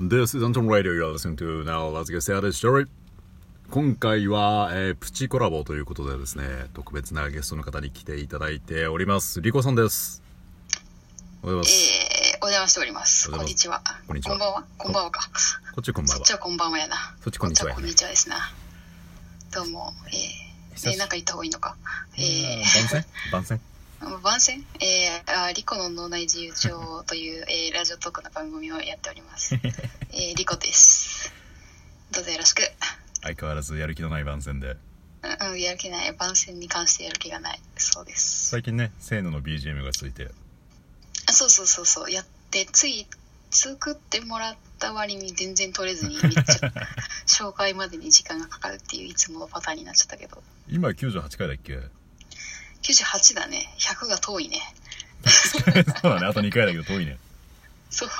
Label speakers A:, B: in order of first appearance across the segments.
A: This is Anton Radio you're listening to now. Let's get started, shall we? 今回は、えープチコラボということでですね、特別なゲストの方に来ていただいております。リコさんです。おはようございます。
B: えー、お邪魔しております。
A: おは
B: こ
A: よ
B: ん
A: うご
B: に
A: ざ
B: ち
A: いま
B: は
A: す。こんにちは
B: こんばんは。こんばんはか。
A: こっちこんばん
B: そっ
A: は
B: ち。はこんばんはやな。
A: そっちこんにちはや
B: こ
A: ね
B: っちこんにちはですな。どうも。え
A: 久し
B: ー、えー、なんか言った方がいいのか。え
A: 番宣番宣
B: ー、番宣えー、あリコの脳内自由帳という、えー、ラジオトークの番組をやってお ります。えー、リコです。どうぞよろしく。
A: 相変わらずやる気のない番宣で。
B: うん、うん、やる気ない。番宣に関してやる気がない。そうです。
A: 最近ね、せーのの BGM がついて。
B: あそうそうそうそう。やって、つい作ってもらった割に全然取れずに、めっちゃ。紹介までに時間がかかるっていういつものパターンになっちゃったけど
A: 今98回だっ け
B: 98だね100が遠いね
A: そうだね、あと2回だけど遠いね。
B: そう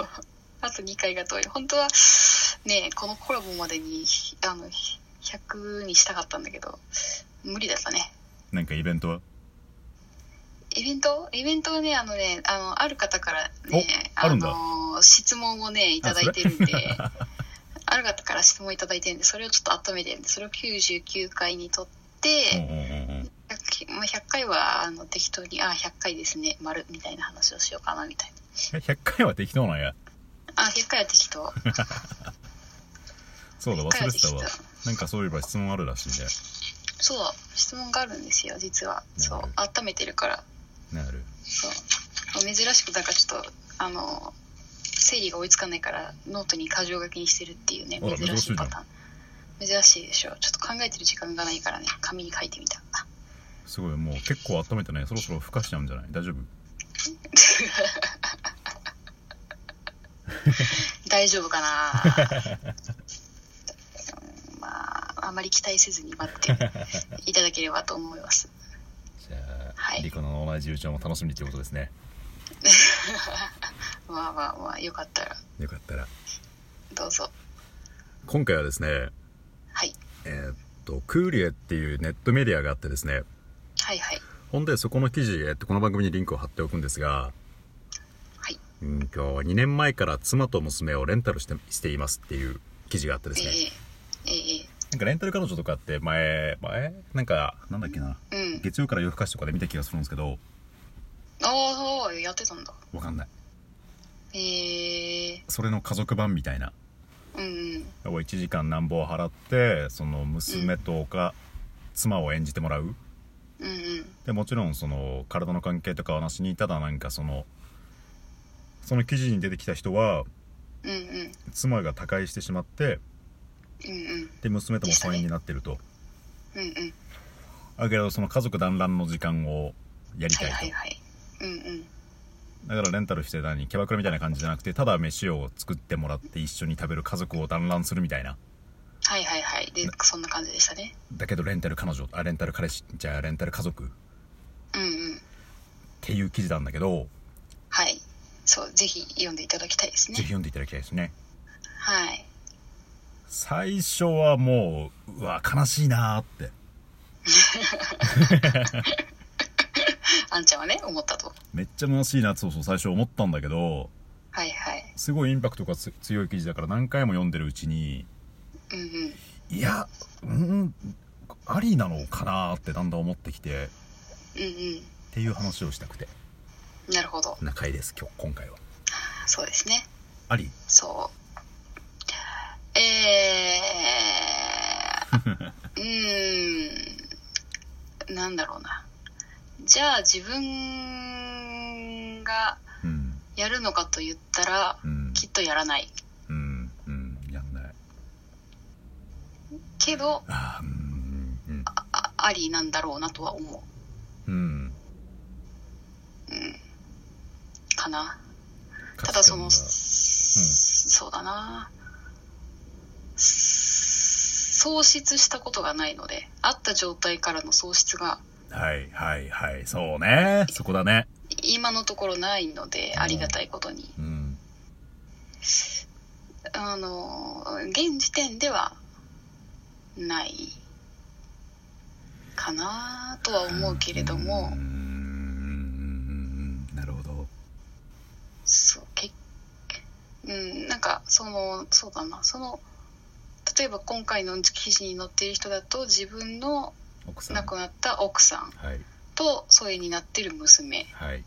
B: あと2回が遠い本当はねこのコラボまでにあの100にしたかったんだけど無理だったね
A: なんかイベントは
B: イベントイベントはねあのねあのある方からね
A: おあるんだ
B: の質問をねいただいてるん である方から質問いただいてるんでそれをちょっと温めてるんでそれを99回にとって、
A: うんうんうんうん。
B: 100, まあ100回はあの適当に「あ100回ですね丸みたいな話をしようかなみたい
A: え100回は適当なんや。
B: なあ100回は 適当
A: そうだ、忘れてたわ
B: 100回は適。
A: なんかそういえば質問あるらしいね。
B: そう質問があるんですよ実はそう
A: なる
B: 温めてるから
A: なる
B: そう珍しくなんかちょっとあの整理が追いつかないからノートに箇条書きにしてるっていうね
A: あら
B: 珍しいパターン
A: 珍
B: 珍しいでしょちょっと考えてる時間がないからね紙に書いてみた
A: すごいもう結構温めてねそろそろふ化しちゃうんじゃない大丈夫
B: 大丈夫かな うんまああまり期待せずに待っていただければと思います
A: じゃあ、
B: はい
A: リコの同じ友情も楽しみということですね
B: まあまあまあよかったら
A: よかったら
B: どうぞ
A: 今回はですね
B: はい
A: えーっとクーリエっていうネットメディアがあってですね
B: はいはい
A: ほんでそこの記事、えーっとこの番組にリンクを貼っておくんですが
B: はい
A: うん今日2年前から妻と娘をレンタルしてしていますっていう記事があってですね
B: えええ
A: なんかレンタル彼女とかって前前なんかなんだっけな
B: えうん
A: 月曜から夜更かしとかで見た気がするんですけど
B: ああやってたんだ
A: わかんない
B: ええ
A: それの家族版みたいな
B: うんうん
A: を1時間なんぼを払ってその娘とか妻を演じてもらう
B: うんうん
A: でもちろんその体の関係とかはなしにただなんかそのその記事に出てきた人は
B: うんうん
A: 妻が他界してしまって
B: うんうん
A: で娘とも疎遠になってると
B: うんうん
A: だけどその家族団らんの時間をやり
B: は
A: たい
B: い
A: と、
B: はいはいうんうん
A: だからレンタルして何キャバクラみたいな感じじゃなくてただ飯を作ってもらって一緒に食べる家族を団らんするみたいな
B: はいはいはいでそんな感じでしたね
A: だけどレンタル彼女あレンタル彼氏じゃあレンタル家族っ
B: うんうん
A: ていう記事なんだけど
B: はいそうぜひ読んでいただきたいです
A: ぜひ
B: ね
A: 読んでいただきたいですね
B: はい
A: 最初はもううわ悲しいなーって
B: あんちゃんはね思ったと
A: めっちゃ虚しいなってそうそう最初思ったんだけど
B: はいはい
A: すごいインパクトがつ強い記事だから何回も読んでるうちに
B: うんうん
A: いやうんありなのかなーってだんだん思ってきてっ
B: うん
A: ていう話をしたくて
B: うんなるほど
A: な回です今日今回は
B: そうですね
A: あり
B: そうえー、うーんなんだろうなじゃあ自分が
A: うん
B: やるのかと言ったら
A: うん
B: きっとやらない
A: うんうんやんない
B: けど
A: あーうんうん
B: あありなんだろうなとは思
A: うん
B: うかなた
A: 価値
B: だそ
A: 観
B: の、
A: が
B: そうだな喪失したことがないのであった状態からの喪失が
A: はいはいはいそうねそこだね
B: 今のところないので
A: うん
B: ありがたいことに、
A: うん
B: あの現時点ではないかなとは思うけれども、
A: うんうんうんうんうんなるほど
B: そう結うんなんかそのそうだなその例えば今回の記事に載っている人だと自分の
A: 奥さん
B: 亡くなった奥さん
A: はい
B: と疎遠になってる娘っ
A: はい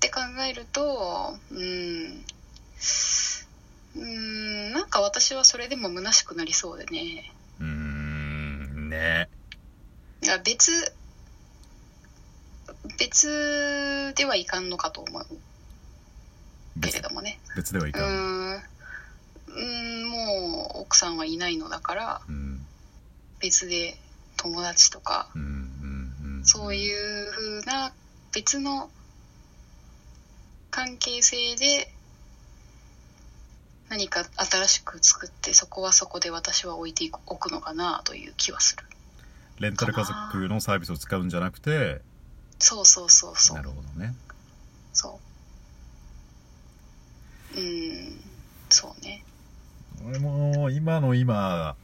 B: て考えるとうんうんなんか私はそれでも虚しくなりそうでね
A: うーんね
B: いや別別ではいかんのかと思うけれ
A: 別
B: どもね
A: 別ではいうかん
B: ーんうーんもう奥さんはいないのだから
A: うん
B: 別で友達とか
A: うんうんうん
B: そういう風な別の関係性で何か新しく作ってそこはそこで私は置いていく置くのかなという気はする
A: レンタル家族のサービスを使うんじゃなくて
B: そうそうそうそう
A: なるほどね
B: そう。うーん、そうね。
A: 俺も今の今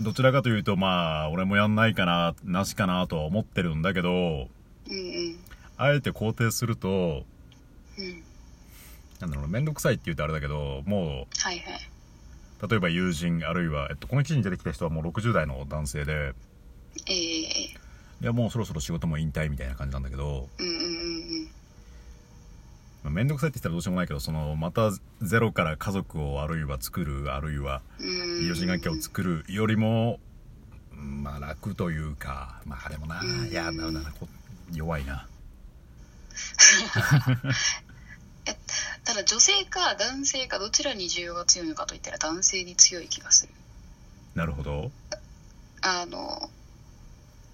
A: どちらかというとまあ俺もやんないかななしかなとは思ってるんだけど
B: うんうん。
A: あえて肯定すると
B: うん。
A: なんだろう面倒くさいって言うとあれだけども
B: はいはい。
A: う例えば友人あるいは、えっと、この記事に出てきた人はもう60代の男性で
B: ええ
A: いやもうそろそろ仕事も引退みたいな感じなんだけど
B: うんうんうん
A: まあ面倒くさいって言ったらどうしようもないけどそのまたゼロから家族をあるいは作るあるいは
B: うん。うーん
A: 友人関係を作るよりもうんまあ楽というかまあでもな
B: うん
A: いやなるならこ弱いな
B: ただ女性か男性かどちらに需要が強いのかといったら男性に強い気がする。
A: なるほど
B: あの、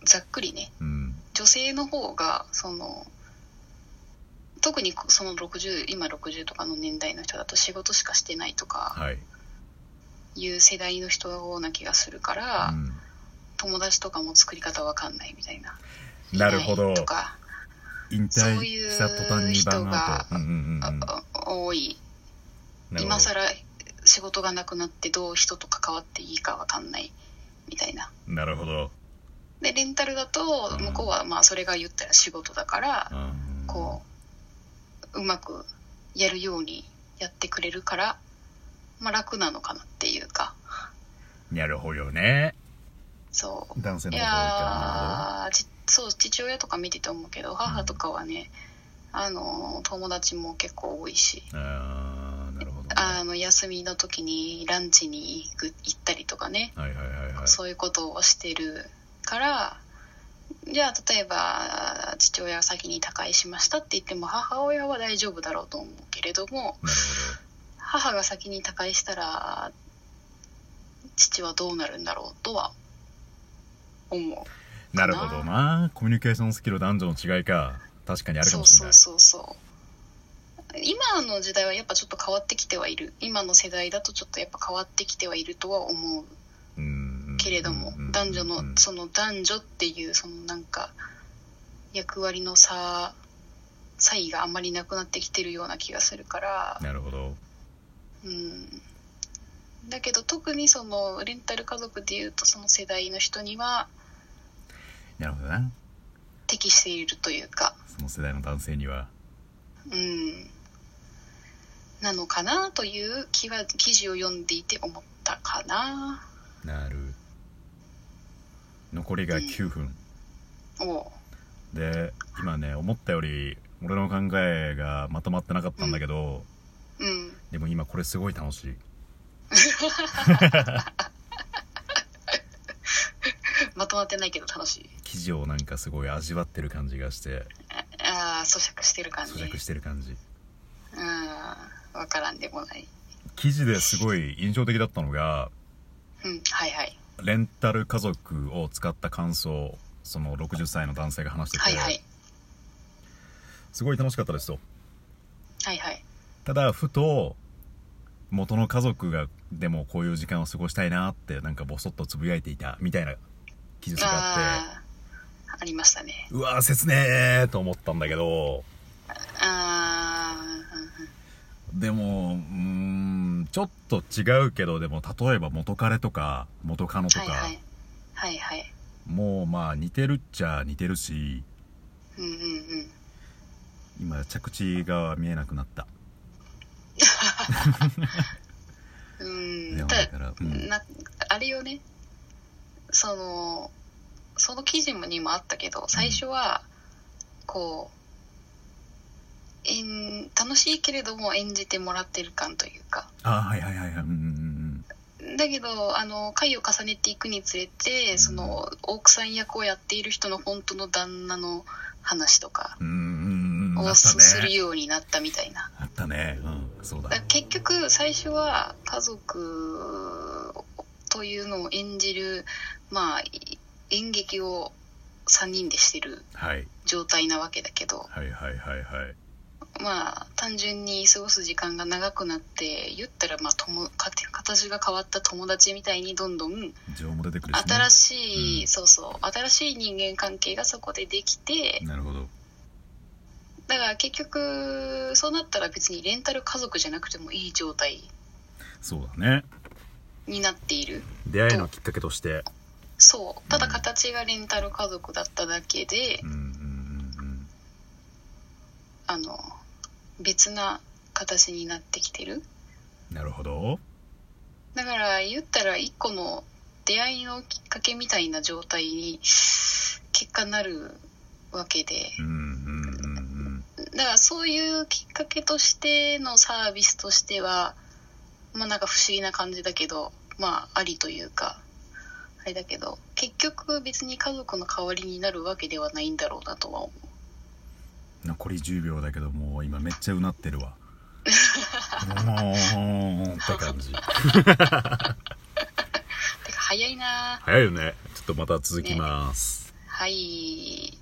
B: ざっくりね。
A: うん
B: 女性の方が、その、特にその60、今60とかの年代の人だと仕事しかしてないとか
A: はい
B: いう世代の人な気がするから、
A: う
B: 友達とかも作り方わかんないみたいな。
A: んなるほ
B: い
A: ど
B: ないとか、
A: 引退
B: そういう
A: した途端にバーンアウト
B: 人が
A: うんうんうんうん
B: ああ多い。
A: なるほ
B: 今
A: ど
B: 更仕事がなくなってどう人と関わっていいかわかんないみたいな。
A: なるほど
B: で、レンタルだと
A: うん
B: 向こうはまあそれが言ったら仕事だから、
A: うん
B: こう、うまくやるようにやってくれるから、まあ楽なのかなっていうか、
A: なるほどね
B: そう。
A: 男性
B: い
A: の方が多いから
B: やーちそう父親とか見てて思うけど母とかはね、あの友達も結構多いし
A: なるほどあーなるほどね
B: あの休みの時にランチに行く行ったりとかね、
A: はいはいはいはい
B: そういうことをしてるからじゃあ例えば父親は先に他界しましたって言っても母親は大丈夫だろうと思うけれども
A: なる
B: 母が先に他界したら父はどうなるんだろうとは思う。
A: ほどなるほどなコミュニケーションスキル男女の違いか確かにあるかもしれない
B: そうそうそうそう今の時代はやっぱちょっと変わってきてはいる今の世代だとちょっとやっぱ変わってきてはいるとは思う
A: うん
B: けれども、
A: うんうんうん
B: 男女の、
A: うん
B: その男女っていうそのなんか役割の差差異があんまりなくなってきてるような気がするから、
A: なるほど
B: うんだけど特にそのレンタル家族でいうとその世代の人には
A: なるほどな
B: 適しているというか
A: その世代の男性には
B: うん、なのかなという気は記事を読んでいて思ったかな
A: なる残りが9分、
B: を
A: で今ね思ったより俺の考えがまとまってなかったんだけど、
B: うん
A: でも今これすごい楽しい
B: まとまってないけど楽しい
A: 記事をなんかすごい味わってる感じがして
B: ああ咀嚼してる感じ
A: 咀嚼してる感じ
B: うん分からんでもない
A: 記事ですごい印象的だったのが
B: うんはいはい
A: レンタル家族を使った感想その60歳の男性が話してて、
B: はいはい
A: すごい楽しかったですと
B: はいはい
A: ただふと元の家族がでもこういう時間を過ごしたいなってなんかボソッとつぶやいていたみたいな記述があって
B: ああありましたね
A: うわー切ねーと思ったんだけど
B: あ
A: でもうーんちょっと違うけどでも例えば元彼とか元カノ
B: あ
A: と
B: はい
A: か、
B: はいはいはい
A: もうまあ似てるっちゃ似てるし
B: うんうんうん
A: 今着地が見えなくなった
B: うん
A: いや
B: た
A: だから、うん、
B: なあれよねそのその記事にもあったけど最初はこう、えん、楽しいけれども演じてもらってる感というか
A: あはいはいはいはいうんうんうん
B: だけどあの回を重ねていくにつれてその大奥さん役をやっている人の本当の旦那の話とか
A: うんうんうんうん
B: を
A: あっ
B: す
A: た
B: する
A: ね
B: ようになったみたいな。
A: あったねうんそうだ
B: だから結局最初は家族というのを演じる、まあ、い演劇を3人でしてる
A: はい
B: 状態なわけだけど、
A: はいはいはいはい
B: まあ、単純に過ごす時間が長くなって言ったら、まあ、友か形が変わった友達みたいにどんどん
A: 情も出てくるし、ね、
B: 新しい、
A: うん
B: そうそう新しい人間関係がそこでできて
A: なるほど
B: だから結局そうなったら別にレンタル家族じゃなくてもいい状態
A: そうだね
B: になっている。
A: 出会いのきっかけとして
B: そうただ形がレンタル家族だっただけで、
A: うんうんうん
B: あの別な形になってきてる
A: うんなるほど
B: だから言ったら一個の出会いのきっかけみたいな状態に結果なるわけで
A: うんうんうんうん
B: だからそういうきっかけとしてのサービスとしてはまあなんか不思議な感じだけどまあありというかあれだけど結局別に家族の代わりになるわけではないんだろうなとは思う。
A: 残り10秒だけどもう今めっちゃうなってる わもうって感じ
B: てか早いなぁ
A: 早いよねちょっとまた続きます、
B: はい。